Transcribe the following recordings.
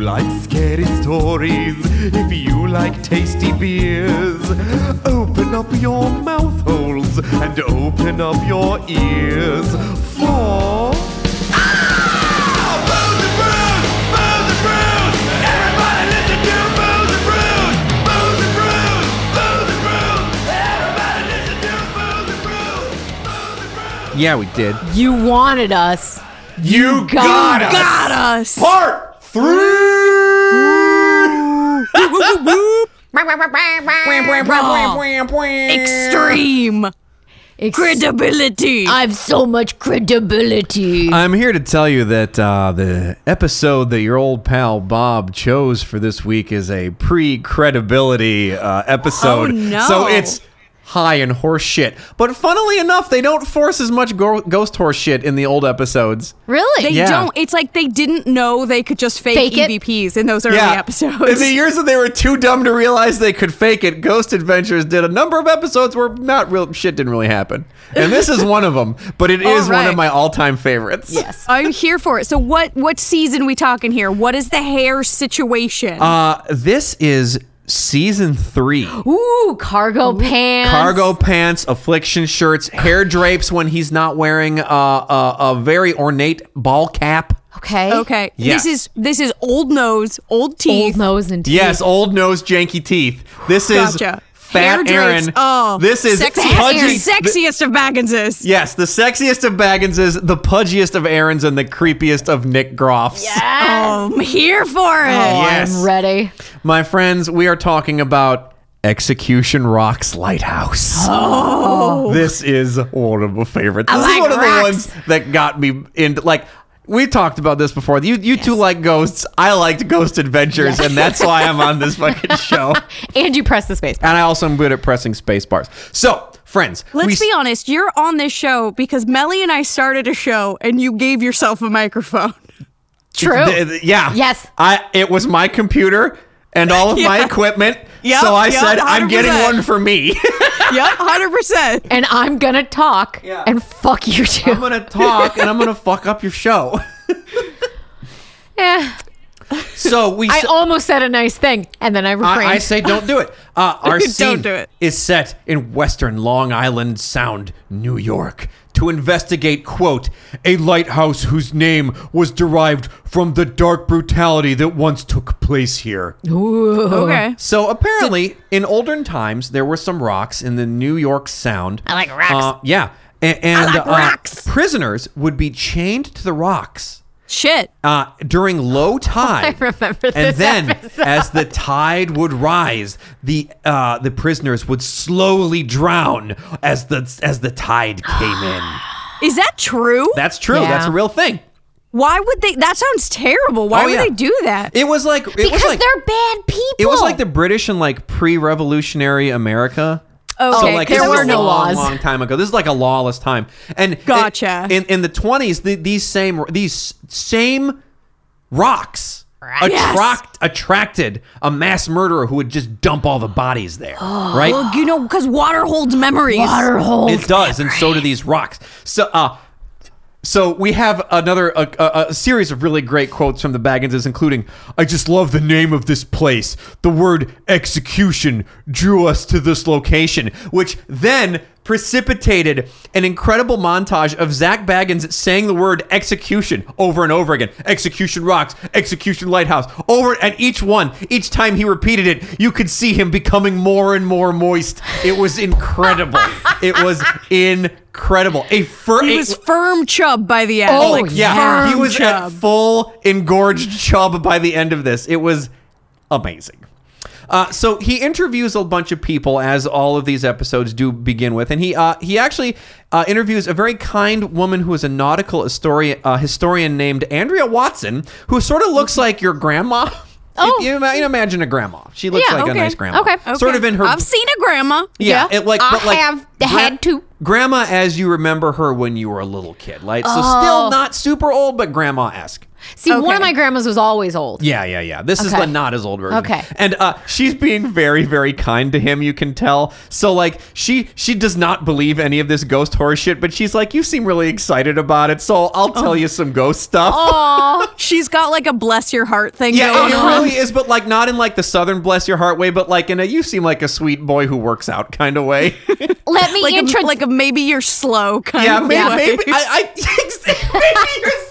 like scary stories, if you like tasty beers, open up your mouth holes and open up your ears for. Yeah, we did. You wanted us. You got us. Got us. Part three! Extreme Ex- credibility. I have so much credibility. I'm here to tell you that uh, the episode that your old pal Bob chose for this week is a pre credibility uh, episode. Oh, no. So it's high in horse shit. But funnily enough, they don't force as much go- ghost horse shit in the old episodes. really? they Yeah. don't. It's like they didn't know they could just fake, Fake it? EVPs in those early episodes. In the years that they were too dumb to realize they could fake it, Ghost Adventures did a number of episodes where not real shit didn't really happen. And this is one of them, but it is one right. of my all-time favorites. yes. I'm here for it. So what? What season we talking here? What is the hair situation? Uh this is season 3. Ooh, cargo pants. Cargo pants, affliction shirts, hair drapes when he's not wearing uh, a, a very ornate ball cap. Okay. okay. yes. This is this is old nose, old teeth. Old nose and teeth. Yes, old nose, janky teeth. This is Gotcha. Fat hair Aaron. drapes. Oh, this is sexiest, pudgy. sexiest of Bagginses. Yes, the sexiest of Bagginses, the pudgiest of Aarons, and the creepiest of Nick Groffs. Oh, I'm here for it. Oh, Yes. I'm ready. My friends, we are talking about Execution Rocks Lighthouse. Oh. This is one of my favorites. this is like one of the rocks. ones that got me into, like, we talked about this before. You you two like ghosts. I liked Ghost Adventures, and that's why I'm on this fucking show. And you press the space. And I also am good at pressing space bars. So, friends, we- Let's be honest, you're on this show because Melly and I started a show and you gave yourself a microphone. True. Th- th- yeah. Yes. I it was my computer and all of my Yeah. equipment. Yep, so I yep, said I'm getting 100%. one for me. yep, 100%. and I'm gonna talk Yeah. and fuck you too. I'm going to talk and I'm going to fuck up your show. Eh, So we I s- almost said a nice thing and then I refrained. I, I say don't do it. Uh, our Don't scene do it. is set in western Long Island Sound, New York, to investigate, quote, a lighthouse whose name was derived from the dark brutality that once took place here. Okay. So apparently, in olden times, there were some rocks in the New York Sound. I like rocks. Uh, yeah, A- and like uh, rocks. prisoners would be chained to the rocks Shit. uh, during low tide. remember And this then, episode. as the tide would rise, the uh, the prisoners would slowly drown as the as the tide came in. Is that true? That's true. That's Yeah. a real thing. Why would they? That sounds terrible. Why Oh, would yeah. they do that? It was like it was because like they're bad people. it was like the British in like pre-revolutionary America. Okay, So like there this were was no a long, laws. long time ago. This is like a lawless time. And it- Gotcha. in in the twenties, the, these same these same rocks Yes. attract attracted a mass murderer who would just dump all the bodies there. right? Well, you know, because water holds memories. water Oh, holes. it does, and so do these rocks. So, uh, so we have another a, a, a series of really great quotes from the Bagginses, including, "I just love the name of this place. The word execution drew us to this location, which then." Precipitated an incredible montage of Zach Baggins saying the word execution over and over again. Execution rocks, execution lighthouse, over and each one, each time he repeated it, you could see him becoming more and more moist. It was incredible. it was incredible. A fur He a- was firm chub by the end. Oh, like, yeah, firm he was at chub. full engorged chub by the end of this. It was amazing. Uh, so he interviews a bunch of people, as all of these episodes do begin with, and he uh, he actually uh, interviews a very kind woman who is a nautical historian, uh, historian named Andrea Watson, who sort of Mm-hmm. looks like your grandma. Oh. If you, ima- you imagine a grandma. She looks Yeah, like a okay. nice grandma. Okay. Sort of in her I've seen a grandma. yeah, it like I but like have had to. Grandma, as you remember her when you were a little kid, right? So Oh. still not super old, but grandma esque. See, one Okay. of my grandmas was always old. Yeah, yeah, yeah. This is Okay. the not as old version. Okay. And uh, she's being very, very kind to him. You can tell. So like, she she does not believe any of this ghost horror shit, but she's like, you seem really excited about it, so I'll tell you some ghost stuff. Oh, Aw. She's got like a bless your heart thing Yeah, going it on. really is, but like not in like the Southern bless your heart way, but like in a you seem like a sweet boy who works out kind of way. let me Like a, introduce. like a maybe you're slow kind yeah, of maybe, way. maybe I, I maybe you're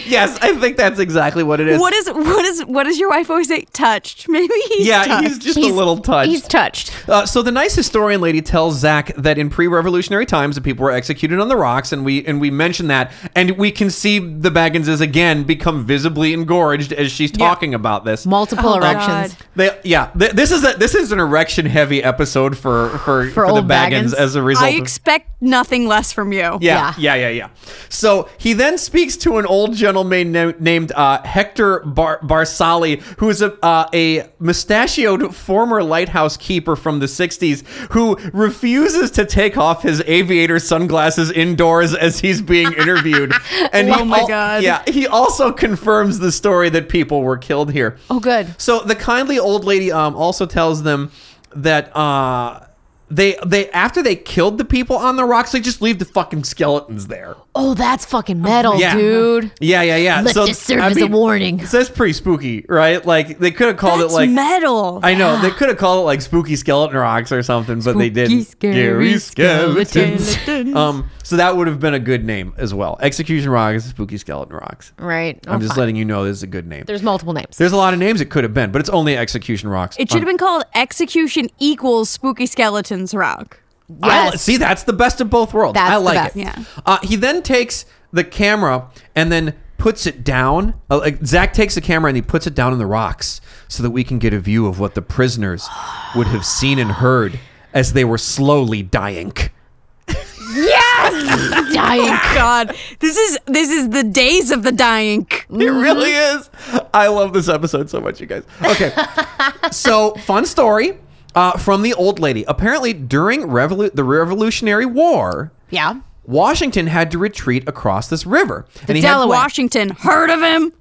slow. yes, I think that's exactly what it is. What is what is what does your wife always say? Touched. Maybe he's yeah, touched. he's just a little touched. He's touched. Uh, so the nice historian lady tells Zach that in pre-revolutionary times, the people were executed on the rocks, and we and we mention that, and we can see the Bagginses again become visibly engorged as she's talking about this. Um, Multiple Oh, erections. God. They, yeah, th- this is a, this is an erection heavy episode for for, for, the old Baggins, Baggins. as a result. I of- expect nothing less from you. yeah, yeah, yeah, yeah. So he then speaks to an old gentleman na- named uh, Hector Bar- Barsali, who is a, uh, a mustachioed former lighthouse keeper from the 60s who refuses to take off his aviator sunglasses indoors as he's being interviewed. And he Oh my al- God. Yeah, he also confirms the story that people were killed here. Oh, good. So the kindly old lady um, also tells them that uh, they they after they killed the people on the rocks, they just leave the fucking skeletons there. Oh, that's fucking metal, Yeah. dude. Yeah, yeah, yeah. Let so this serve as a warning. So that's pretty spooky, right? Like they could have called That's it like metal. I know they could have called it like spooky skeleton rocks or something, but they didn't. scary skeletons. um, so that would have been a good name as well. Execution rocks, spooky skeleton rocks. Right. Oh, I'm just fine. letting you know this is a good name. There's, There's multiple names. a lot of names it could have been, but it's only execution rocks. Um, It should have been called Execution Equals Spooky Skeletons Rock. I li- Yes. see, that's the best of both worlds. That's I the like best. it. Yeah. Uh, he then takes the camera and then puts it down. Uh, like Zach takes the camera and he puts it down on the rocks so that we can get a view of what the prisoners would have seen and heard as they were slowly dying. Yes! Dying. Oh, God, this is this is the days of the dying. It really is. I love this episode so much, you guys. Okay. so, fun story uh, from the old lady. Apparently, during revolu- the Revolutionary War, Yeah. Washington had to retreat across this river. and he Delaware. had Washington, heard of him?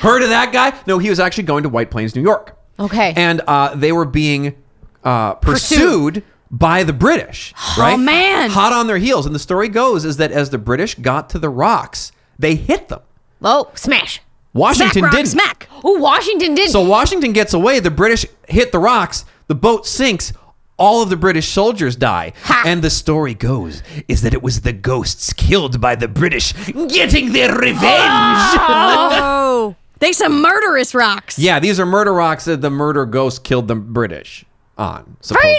Heard of that guy? No, he was actually going to White Plains, New York. Okay. And uh, they were being uh, pursued, Pursued. by the British, right? Oh, man. Hot on their heels. And the story goes is that as the British got to the rocks, they hit them. Oh, smash. Washington Smack, rock, didn't. smack. Oh, Washington did. So Washington gets away. The British hit the rocks. The boat sinks. All of the British soldiers die. And the story goes is that it was the ghosts killed by the British getting their revenge. Oh, they some murderous rocks. Yeah, these are murder rocks that the murder ghost killed the British on. supposedly.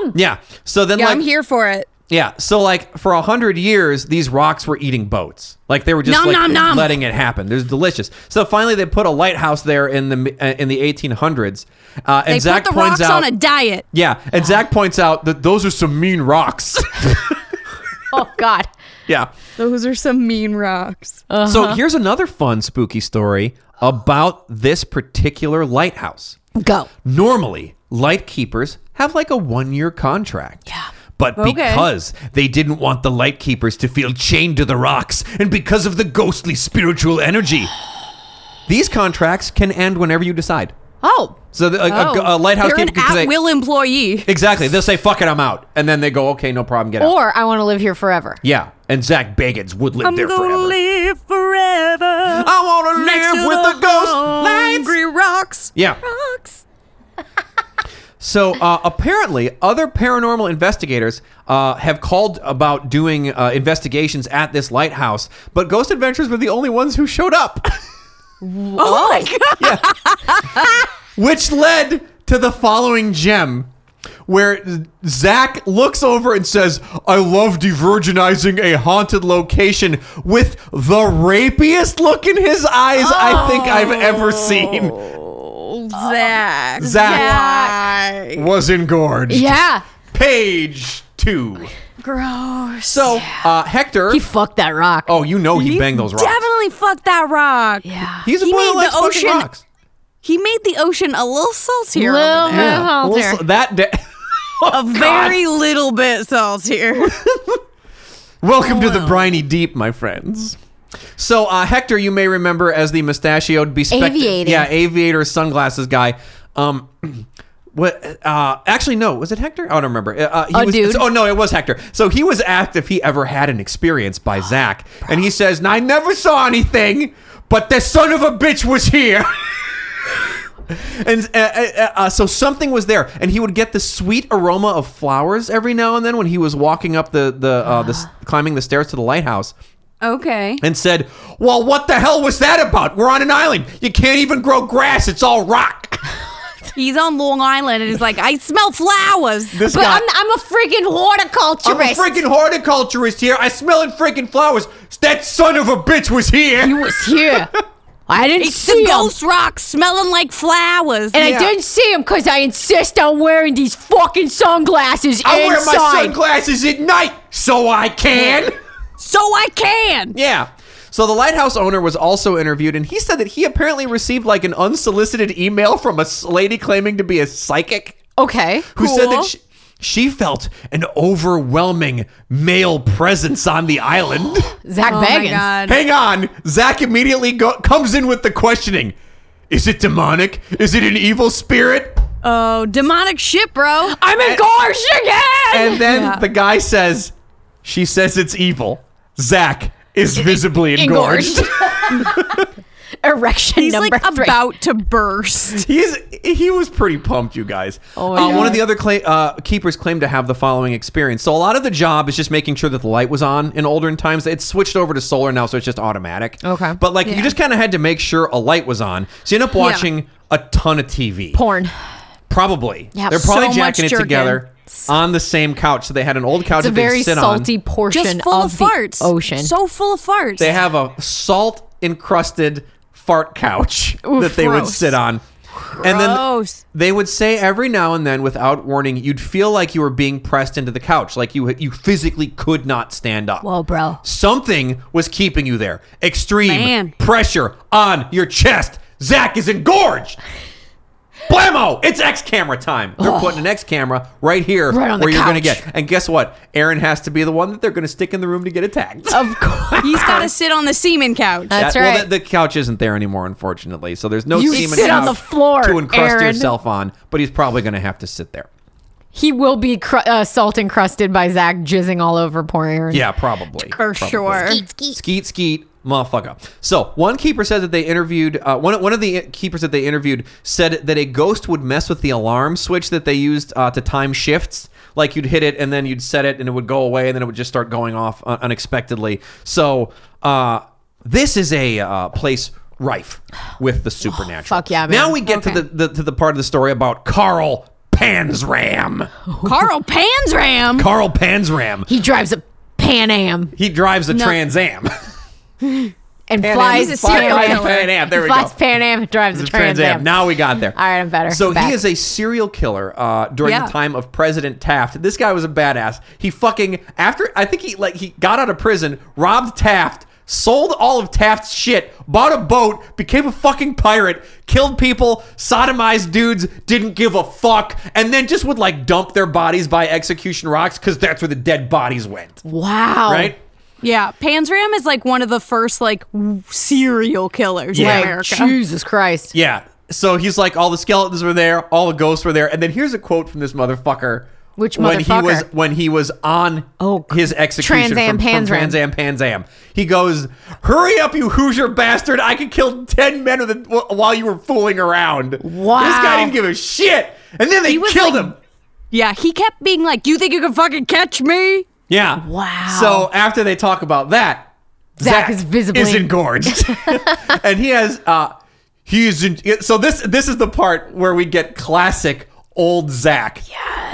Freedom! Yeah. So then, Yeah, like, I'm here for it. yeah. So like for a hundred years, these rocks were eating boats. Like they were just Nom, like nom, nom. letting it happen. They're delicious. So finally, they put a lighthouse there in the uh, in the 1800s. Uh, and They Zach put the points rocks out, on a diet. yeah, and Zach points out that those are some mean rocks. Oh, God. yeah. Those are some mean rocks. So here's another fun spooky story about this particular lighthouse. Go. Normally, light keepers have like a one year contract. Yeah. But Okay. because they didn't want the light keepers to feel chained to the rocks and because of the ghostly spiritual energy, these contracts can end whenever you decide. Oh. So the, a, a- a, Oh, lighthouse They're keeper an can say, at will employee. Exactly. They'll say, fuck it, I'm out. And then they go, okay, no problem, get out. Or I want to live here forever. Yeah. And Zach Bagans would live I'm there gonna forever. live forever. I want to next live to with the, ghost lights. hungry rocks. Yeah. Rocks. So uh, apparently, other paranormal investigators uh, have called about doing uh, investigations at this lighthouse, but Ghost Adventures were the only ones who showed up, Oh my god. which led to the following gem. Where Zach looks over and says, I love divergenizing a haunted location with the rapiest look in his eyes I think I've ever seen. Zach. Zach. Was engorged. Yeah. Page two. Gross. So uh, Hector. He fucked that rock. Oh, you know he, banged those rocks. Definitely fuck that rock. Yeah. He's a he boy that made likes the fucking ocean- rocks. He made the ocean a little saltier. Little over Well, bit. Yeah. there. so that day. a very little bit saltier. Welcome to the briny deep, my friends. So uh, Hector, you may remember as the mustachioed, bespectacled, Aviator. yeah, aviator sunglasses guy. Um, what? Uh, actually, no, was it Hector? I don't remember. Uh, he A was, dude. Oh no, it was Hector. So he was asked if he ever had an experience by Zach, and he says, "I never saw anything, but the son of a bitch was here." And uh, uh, uh, so something was there, and he would get the sweet aroma of flowers every now and then when he was walking up the the, uh, the s- climbing the stairs to the lighthouse, Okay. and said, "Well, what the hell was that about? We're on an island. You can't even grow grass. It's all rock." He's on Long Island and he's like, I smell flowers. This But I'm, I'm a freaking I'm a horticulturist. freaking horticulturist here. I smell in freaking flowers. That son of a bitch was here. He was here. I didn't It's see the him. ghost rock smelling like flowers. And Yeah. I didn't see him because I insist on wearing these fucking sunglasses I wear inside. my sunglasses at night so I can. so I can. Yeah. So the lighthouse owner was also interviewed, and he said that he apparently received like an unsolicited email from a s- lady claiming to be a psychic Okay. who said that Cool. she, she felt an overwhelming male presence on the island. Zach Oh my Baggins. god. Hang on. Zach immediately go- comes in with the questioning Is it demonic? Is it an evil spirit? Oh, demonic shit, bro. I'm engorged again. And then Yeah. the guy says, She says it's evil. Zach is visibly engorged. engorged. Erection He's number like three. about to burst. He's he was pretty pumped, you guys. Oh my Uh, one God. of the other cla- uh, keepers claimed to have the following experience. So a lot of the job is just making sure that the light was on. In older times, it's switched over to solar now, so it's just automatic. Okay. but like you Yeah. just kind of had to make sure a light was on. So you end up watching a ton of TV. porn. Probably, Yeah, they're probably so much jacking it jerking. together on the same couch. So they had an old couch It's a that they very sit salty on. portion Just full of, of, farts. the ocean. So full of farts. They have a salt encrusted fart couch that they would gross. sit on. And then Gross. they would say every now and then, without warning, you'd feel like you were being pressed into the couch, like you you physically could not stand up. Whoa, bro. Something was keeping you there. Extreme Man. pressure on your chest. Zach is engorged. Blammo! It's X camera time. They're putting an X camera right here Right on the where you're gonna couch. get. And guess what? Aaron has to be the one that they're gonna stick in the room to get attacked. Of course. He's got to sit on the semen couch. Oh, That's That- Well, right. the, the couch isn't there anymore, unfortunately. So there's no You semen sit on couch the floor, to encrust Aaron. yourself on. But he's probably going to have to sit there. he will be cr- uh, salt encrusted by Zach jizzing all over poor Aaron. Yeah, probably. for Probably. sure. Skeet skeet, motherfucker. So one keeper said that they interviewed uh, one one of the keepers that they interviewed said that a ghost would mess with the alarm switch that they used uh, to time shifts. Like you'd hit it and then you'd set it and it would go away and then it would just start going off uh, unexpectedly. So uh, this is a uh, place rife with the supernatural. Oh, Fuck yeah, man. Now we get Okay. to the, the to the part of the story about Carl Panzram. Carl Panzram. Carl Panzram. He drives a Pan Am He drives a Trans Am. and Pan Am. flies He's a serial Pan Am. killer. Pan Am. There we flies go. Pan Am and drives a Trans, Am. Now we got there. All right, I'm better. So I'm back. he is a serial killer uh, during Yeah. the time of President Taft. This guy was a badass. He fucking after I think he like he got out of prison, robbed Taft, sold all of Taft's shit, bought a boat, became a fucking pirate, killed people, sodomized dudes, didn't give a fuck, and then just would like dump their bodies by execution rocks because that's where the dead bodies went. Oh, wow. Right? Yeah, Panzram is like one of the first like w- serial killers Yeah. in Like, America. Jesus Christ. Yeah. So he's like, all the skeletons were there, all the ghosts were there, and then here's a quote from this motherfucker. Which When he motherfucker? was when he was on Oh, g- his execution Trans Am from, from Panzram. Trans Am Panzam, he goes, "Hurry up, you Hoosier bastard! I could kill ten men with a, wh- while you were fooling around." Wow. This guy didn't give a shit, and then they was killed like- him. Yeah, he kept being like, "You think you can fucking catch me?" Yeah. Wow. So after they talk about that, Zach is visibly- is engorged, and he has uh, he's in, so this this is the part where we get classic old Zach.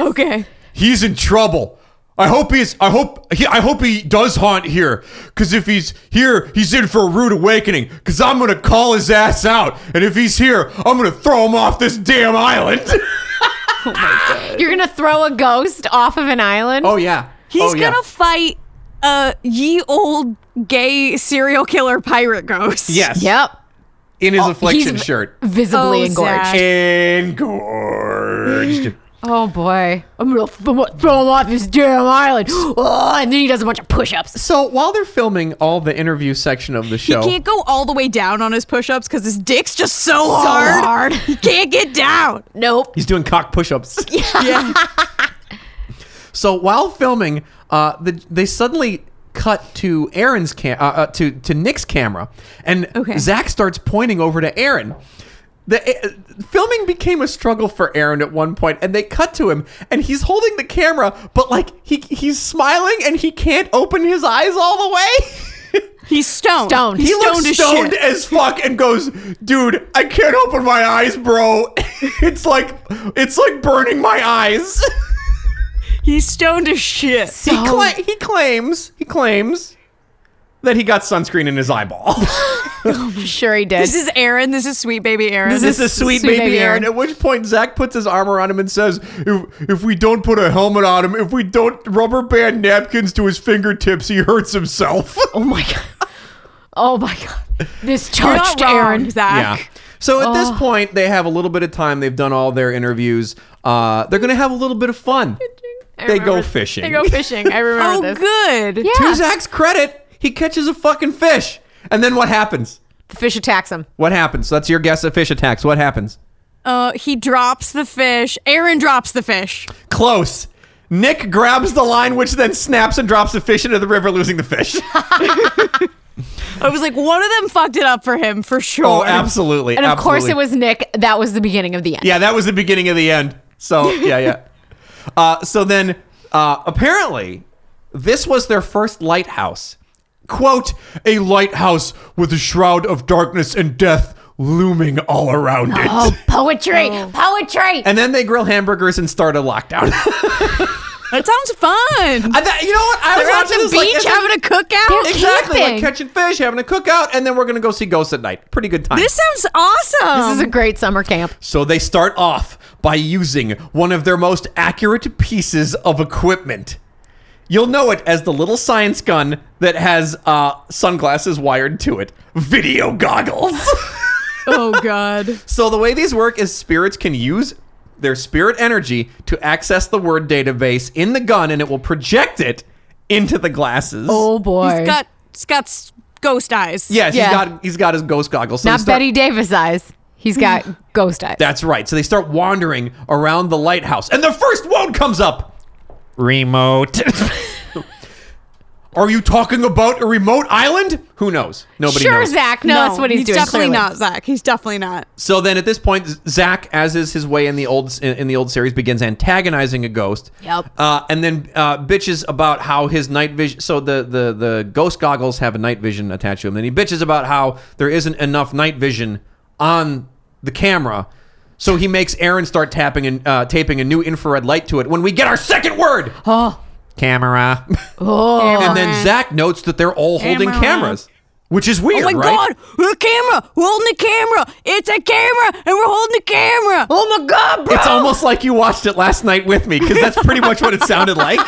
Okay. He's in trouble. I hope he's. I hope. He, I hope he does haunt here. Cause if he's here, he's in for a rude awakening. Cause I'm gonna call his ass out, and if he's here, I'm gonna throw him off this damn island. You're going to throw a ghost off of an island? oh yeah. He's Oh, yeah. gonna fight a ye old gay serial killer pirate ghost. yes. Yep. In his Oh, affliction he's shirt. Visibly Oh, engorged. Zach. Engorged. Oh boy, I'm gonna f- throw him off his damn island. Oh, and then he does a bunch of push-ups. So while they're filming all the interview section of the He show, can't go all the way down on his push-ups because his dick's just so, hard. He can't get down. Nope. he's doing cock push-ups. Yeah. So while filming, uh, the, they suddenly cut to Aaron's cam- uh, uh, to to Nick's camera, and Okay. Zach starts pointing over to Aaron. The uh, filming became a struggle for Aaron at one point, and they cut to him, and he's holding the camera, but like he he's smiling, and he can't open his eyes all the way. He's stoned. Stoned. He's he stoned looks as stoned shit. as fuck and goes, "Dude, I can't open my eyes, bro. it's like it's like burning my eyes." He's stoned as shit. So, He, cla- he claims he claims that he got sunscreen in his eyeball. sure he did. This is Aaron. This is sweet baby Aaron. This this is sweet, baby, Aaron. At which point Zach puts his arm around him and says, "If if we don't put a helmet on him, if we don't rubber band napkins to his fingertips, he hurts himself." oh my god. Oh my god. This You're not touched wrong, Aaron. Zach. So at this point, they have a little bit of time. They've done all their interviews. Uh, they're gonna have a little bit of fun. I They go remember- fishing. They go fishing. I Oh, remember this. good. Yeah. to Zach's credit, he catches a fucking fish, and then what happens? The fish attacks him. What happens? That's your guess. A fish attacks. What happens? Uh, he drops the fish. Aaron drops the fish. Close. Nick grabs the line, which then snaps and drops the fish into the river, losing the fish. I was like, one of them fucked it up for him for sure. oh, absolutely. And of course absolutely. it was Nick. That was the beginning of the end. Yeah, that was the beginning of the end. So, yeah, yeah. Uh, so then, uh, apparently, this was their first lighthouse. Quote, a lighthouse with a shroud of darkness and death looming all around it. Oh, poetry. Poetry. And then they grill hamburgers and start a lockdown. That sounds fun. I thought- you know what? I was They're on watching the this like, beach this is- having a cookout. They're Exactly, like camping. catching fish, having a cookout, and then we're gonna go see ghosts at night. Pretty good time. This sounds awesome. this is a great summer camp. So they start off by using one of their most accurate pieces of equipment. You'll know it as the little science gun that has uh, sunglasses wired to it video goggles. oh god. so the way these work is spirits can use their spirit energy to access the word database in the gun and it will project it into the glasses. Oh boy. He's got he's got s- ghost eyes. yes, yeah. he's got he's got his ghost goggles. So they Not start- Betty Davis eyes. He's got ghost eyes. That's right. So they start wandering around the lighthouse, and the first one comes up. Remote. Are you talking about a remote island? Who knows? Nobody sure, knows. Zach. No, that's what he's, doing. definitely clearly. not Zach. He's definitely not. So then, at this point, Z- Zach, as is his way in the old in in the old series, begins antagonizing a ghost. Yep. Uh, and then uh, bitches about how his night vision. So the, the the ghost goggles have a night vision attached to him. Then he bitches about how there isn't enough night vision on the camera. So he makes Aaron start tapping and uh, taping a new infrared light to it. When we get our second word, Oh, camera. Oh. and then Zach notes that they're all holding Camera. cameras, which is weird, Oh my right? god, the camera! We're holding the camera! It's a camera! And we're holding the camera! oh my God, bro. It's almost like you watched it last night with me because that's pretty much what it sounded like.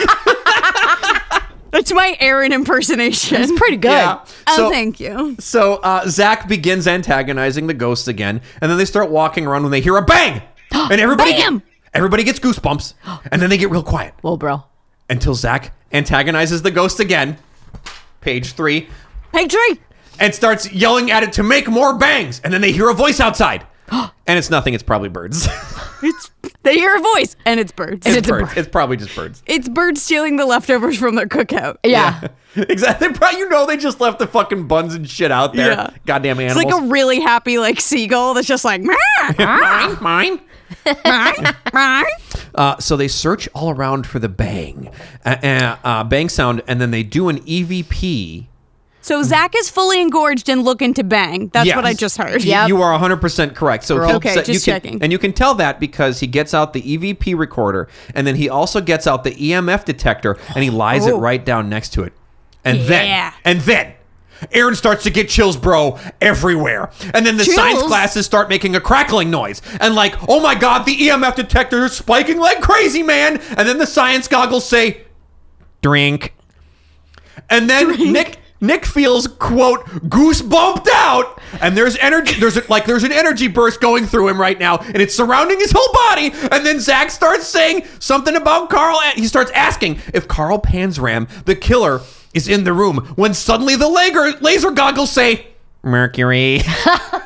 That's my Aaron impersonation. It's pretty good. Yeah. Oh, So- thank you. So uh, Zach begins antagonizing the ghosts again, and then they start walking around when they hear a bang, and everybody Bam! everybody gets goosebumps, and then they get real quiet Well, bro. until Zach antagonizes the ghost again, page three, Hey, Trey! and starts yelling at it to make more bangs, and then they hear a voice outside, and it's nothing; it's probably birds. It's they hear a voice, and it's birds. And it's a birds. bird. It's probably just birds. It's birds stealing the leftovers from their cookout. Yeah. exactly. Pro- You know they just left the fucking buns and shit out there. Yeah. Goddamn It's animals. like a really happy like seagull that's just like "Meow, mine. meow, meow." Uh, so they search all around for the bang, uh, uh, uh, bang sound, and then they do an E EVP. So Zach is fully engorged and looking to bang. That's Yes. what I just heard. Y- You are 100% correct. So he'll Okay, set- just you can, checking. And you can tell that because he gets out the EVP recorder, and then he also gets out the EMF detector, and he lies it Oh. right down next to it. And Yeah. then, and then. Aaron starts to get chills, bro, everywhere. And then the science Chills? glasses start making a crackling noise. And, like, oh my God, the EMF detector is spiking like crazy, man. And then the science goggles say, drink. And then Nick Nick feels quote goosebumped out, and there's energy. There's a, like there's an energy burst going through him right now, and it's surrounding his whole body. And then Zach starts saying something about Carl. and He starts asking if Carl Panzram, the killer, is in the room. When suddenly the laser laser goggles say Mercury,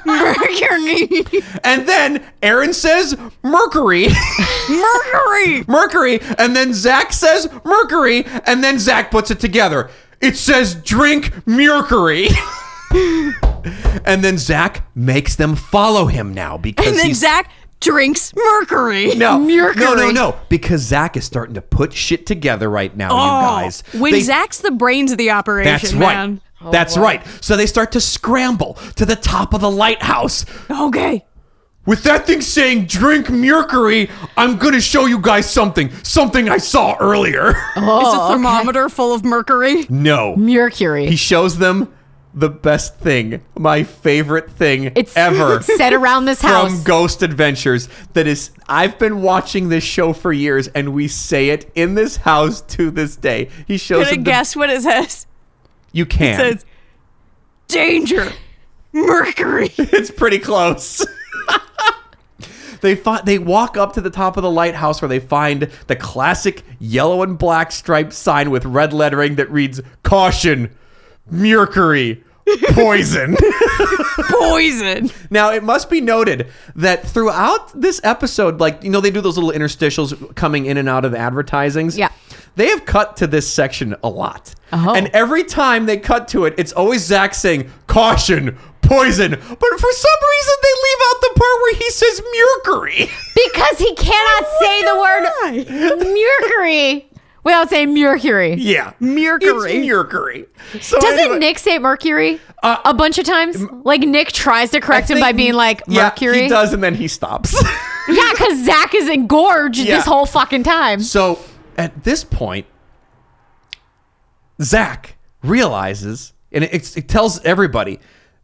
Mercury. and then Aaron says Mercury. Mercury. Mercury, and then Zach says Mercury, and then Zach puts it together. It says drink Mercury. and then Zach makes them follow him now because And then he's Zach drinks Mercury. no, Mercury. no, no, no, because Zach is starting to put shit together right now, Oh, you guys. When They- Zach's the brains of the operation, that's man. right. That's right. So they start to scramble to the top of the lighthouse. Okay. With that thing saying drink Mercury, I'm going to show you guys something. Something I saw earlier. Is a thermometer full of mercury? no. Mercury. He shows them the best thing, my favorite thing it's ever set around this from house. Ghost Adventures. That is, I've been watching this show for years, and we say it in this house to this day. He shows Can I them the- guess what it says? you can. It says danger. Mercury. it's pretty close. They find they walk up to the top of the lighthouse where they find the classic yellow and black striped sign with red lettering that reads "Caution, Mercury, Poison." Poison. Now, it must be noted that throughout this episode, like, you know, they do those little interstitials coming in and out of advertisings. Yeah. They have cut to this section a lot. Oh. And every time they cut to it, it's always Zach saying, caution, poison. But for some reason, they leave out the part where he says mercury. because he cannot Oh say the word Mercury without saying Mercury. yeah. Mercury. It's mercury. So Doesn't anyway- Uh, Nick say Mercury a bunch of times? Like Nick tries to I correct him by think- being like Yeah, Mercury. he does, and then he stops. Yeah, because Zach is engorged Yeah. this whole fucking time. So at this point, Zach realizes and it, it tells everybody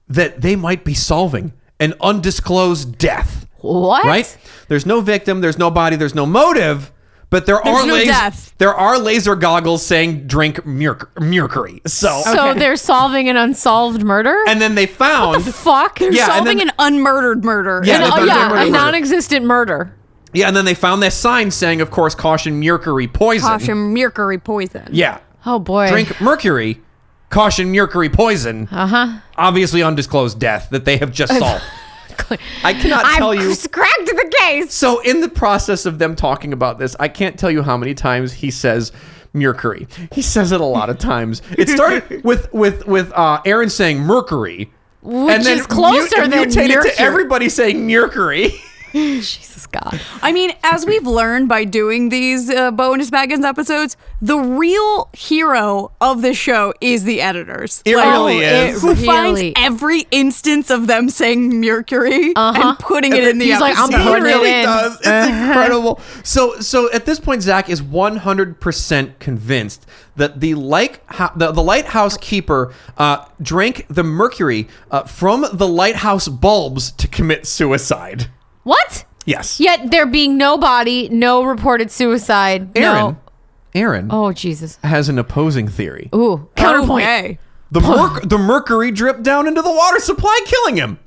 that they might be solving an undisclosed death. What? Right? There's no victim, there's no body, there's no motive, but there are no las- death. there are laser goggles saying drink merc- mercury. So, So Okay. they're solving an unsolved murder? and then they found the fuck? Yeah, and Solving then- an unmurdered murder. uh, Yeah, An- they oh, found a yeah, a murder. non-existent murder. yeah, and then they found this sign saying of course caution mercury poison. Caution, mercury poison. Yeah. Oh boy. drink mercury, caution mercury poison. Uh Uh-huh. huh. Obviously undisclosed death that they have just solved. I cannot I've tell you. cracked the case. So in the process of them talking about this, I can't tell you how many times he says mercury. He says it a lot of times. It started with with with uh, Aaron saying mercury, Which is closer mute- than mutated mercury. to everybody saying mercury. Jesus God. I mean, as we've learned by doing these uh, bonus Baggins episodes, the real hero of the show is the editors. It Like, really it is. Who finds really- every instance of them saying Mercury Uh-huh. and putting it in the He's like, I'm episode? He putting it really in. Uh-huh. does. It's incredible. So so at this point, Zach is 100% convinced that the like the, the lighthouse keeper uh, drank the mercury uh, from the lighthouse bulbs to commit suicide. What? Yes. Yet there being no body, no reported suicide. Aaron. No. Aaron Oh Jesus. has an opposing theory. Ooh. Counterpoint. Okay. The merc- the mercury dripped down into the water supply, killing him.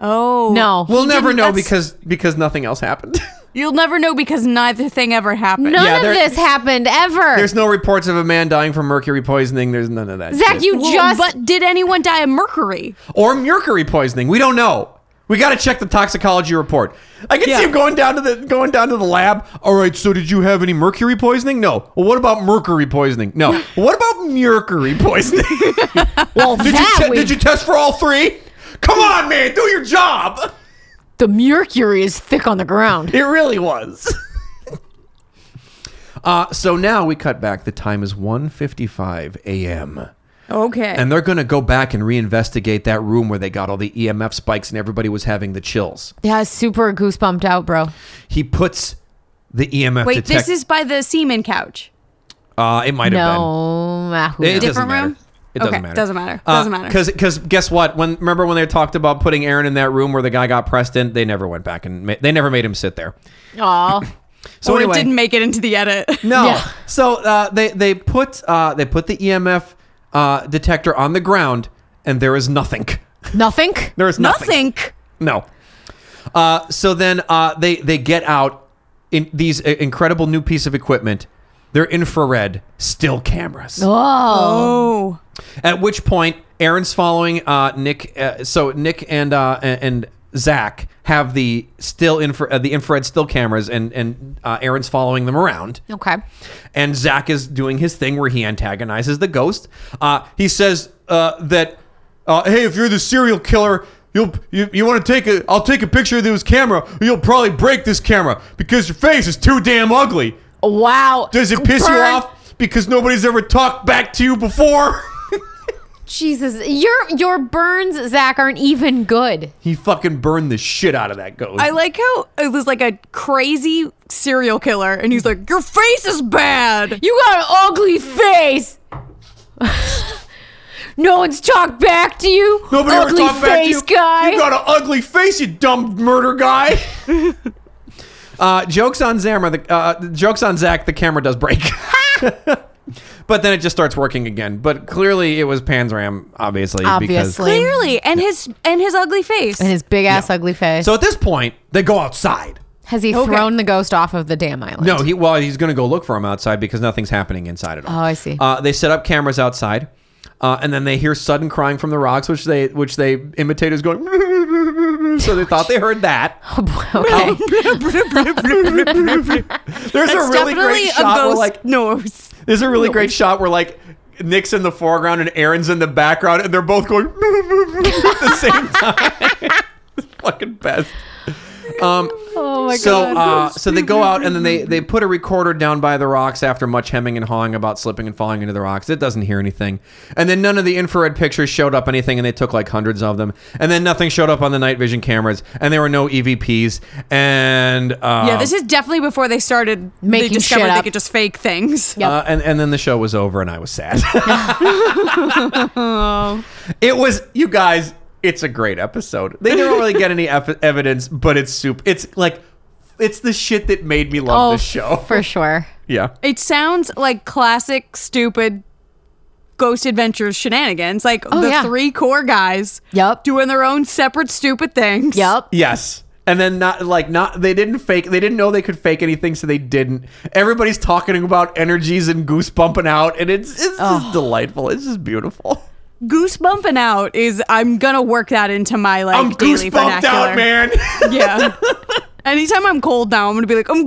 Oh. No. We'll never didn't- know that's- because because nothing else happened. You'll never know because neither thing ever happened. None Yeah, of there- this happened ever. There's no reports of a man dying from mercury poisoning. There's none of that. Zach, you Well, just but did anyone die of mercury? or mercury poisoning. We don't know. We got to check the toxicology report. I can Yeah. see him going down to the going down to the lab. All right, so did you have any mercury poisoning? No. Well, what about mercury poisoning? No. Well, what about mercury poisoning? well, did that you te- we- did you test for all three? Come on, man, do your job. the mercury is thick on the ground. It really was. uh, so now we cut back. The time is 1:55 a.m. Okay. And they're going to go back and reinvestigate that room where they got all the EMF spikes and everybody was having the chills. Yeah, super goosebumped out, bro. He puts the E EMF Wait, detect- this is by the semen couch. uh, it might have No. ah, who been It- it knows? doesn't Different matter. room? It doesn't Okay, matter. doesn't matter. Doesn't matter. Because guess what? When remember when they talked about putting Aaron in that room where the guy got pressed in? They never went back and ma- they never made him sit there. Aw. So or anyway, it didn't make it into the edit. no. Yeah. So uh, they they put uh, they put the EMF uh, detector on the ground, and there is nothing. Nothing? There is nothing. Nothing. No. Uh, so then uh, they they get out in these i- incredible new piece of equipment. They're infrared still cameras. Oh. Oh. At which point, Aaron's following uh, Nick. Uh, so Nick and uh, a- and Zach have the still infra- uh, the infrared still cameras, and and uh, Aaron's following them around. Okay. And Zach is doing his thing where he antagonizes the ghost. Uh, he says uh, that, uh, "Hey, if you're the serial killer." You'll, you you want to take a I'll take a picture of this camera. You'll probably break this camera because your face is too damn ugly. Wow. Does it piss you Burn. off because nobody's ever talked back to you before? Jesus, your your burns, Zach, aren't even good. He fucking burned the shit out of that ghost. I like how it was like a crazy serial killer, and he's like, "Your face is bad." You got an ugly face. no one's talked back to you. Nobody ever ugly talked back to face you. guy. You got an ugly face, you dumb murder guy. uh, jokes on Zammer. The uh, jokes on Zach. The camera does break. But then it just starts working again. But clearly, it was Panzram, obviously. Because, Obviously. Clearly, and his and his ugly face. and his big ass ugly face. so at this point, they go outside. Has he Okay. thrown the ghost off of the damn island? No, he well, he's going to go look for him outside because nothing's happening inside at all. Oh, I see. Uh, they set up cameras outside, uh, and then they hear sudden crying from the rocks, which they which they imitate as going. so they thought they heard that. okay. There's a That's really definitely great a shot where ghost like nose. there's a really great shot where like Nick's in the foreground and Aaron's in the background, and they're both going at the same time. Fucking best. Um, Oh my so god. uh, so they go out and then they they put a recorder down by the rocks after much hemming and hawing about slipping and falling into the rocks. It doesn't hear anything, and then none of the infrared pictures showed up anything, and they took like hundreds of them, and then nothing showed up on the night vision cameras, and there were no EVPs, and uh, yeah, this is definitely before they started. Making they discovered shit they up. could just fake things. Yep. Uh, and and then the show was over, and I was sad. it was you guys. It's a great episode. They don't really get any ev- evidence, but it's soup. It's like it's the shit that made me love oh, this show. for sure. yeah. It sounds like classic stupid ghost adventures shenanigans. Like the yeah. three core guys. Yep. Doing their own separate stupid things. Yep. Yes. And then not like not they didn't fake they didn't know they could fake anything so they didn't. Everybody's talking about energies and goose bumping out and it's it's just delightful. It's just beautiful. Goose bumping out is I'm gonna work that into my like I'm daily goose bumped vernacular. out, man. Yeah. Anytime I'm cold now, I'm gonna be like, I'm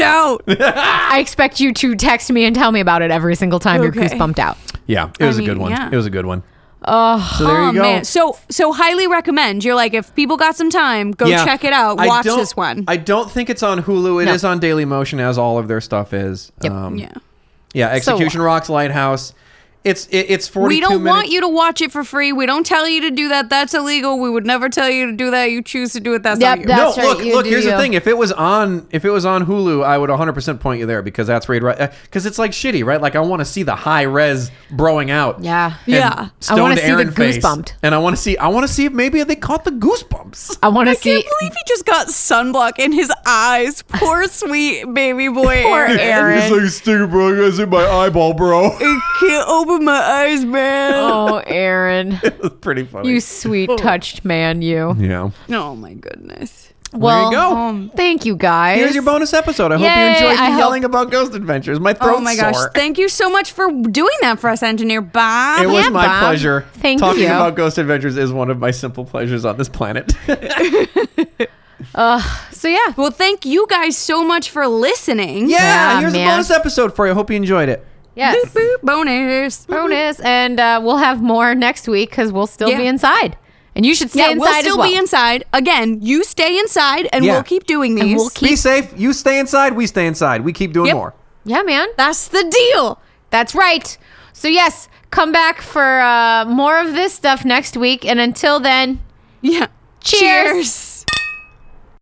out. I expect you to text me and tell me about it every single time your Okay. goose bumped out. yeah, it was a mean, good one. yeah. It was a good one. Oh, so there Oh you go. man. So so highly recommend. You're like, if people got some time, go Yeah. check it out. I Watch don't- this one. I don't think it's on Hulu. It is No. on Daily Motion, as all of their stuff is. Um, Yep. yeah. yeah, Execution Rocks Lighthouse. It's it, it's forty. We don't want you to watch it for free. We don't tell you to do that. That's illegal. We would never tell you to do that. You choose to do it. That's Yep, not you. that- No, That's right, look, you look. do Here's the you. thing: if it was on, if it was on Hulu, I would 100 percent point you there because that's where you'd right. Because it's like shitty, right? Like I want to see the high res broing out. Yeah. and Yeah. stoned I wanna see the Aaron face. goosebumped. and I want to see. I want to see if maybe they caught the goosebumps. I want to I can't see believe he just got sunblock in his eyes. Poor sweet baby boy Poor Aaron. Aaron. like stinger, bro. I see my eyeball, bro. I can't open my eyes, man. Oh, Aaron. Pretty funny. You sweet Oh. touched man, you. yeah. Oh my goodness. Well, there you go. oh, thank you guys. Here's your bonus episode. I hope you Yay, enjoyed I me hope- yelling about ghost adventures. My throat's Oh my gosh. sore. Thank you so much for doing that for us, engineer Bob. it was Yeah, my Bob. pleasure. Thank Talking you. about ghost adventures is one of my simple pleasures on this planet. So yeah, well, thank you guys so much for listening. yeah, Yeah, here's a man. bonus episode for you. I hope you enjoyed it. yes, Boop, bonus. bonus, and uh, we'll have more next week because we'll still Yeah. be inside, and you should stay Yeah, inside we'll as still well. be inside. Again, you stay inside and Yeah. we'll keep doing these. And we'll Be Keep- safe. You stay inside. We stay inside. We keep doing Yep. more. yeah, man, That's the deal. that's right. So yes, come back for uh, more of this stuff next week, and until then, Yeah. Cheers.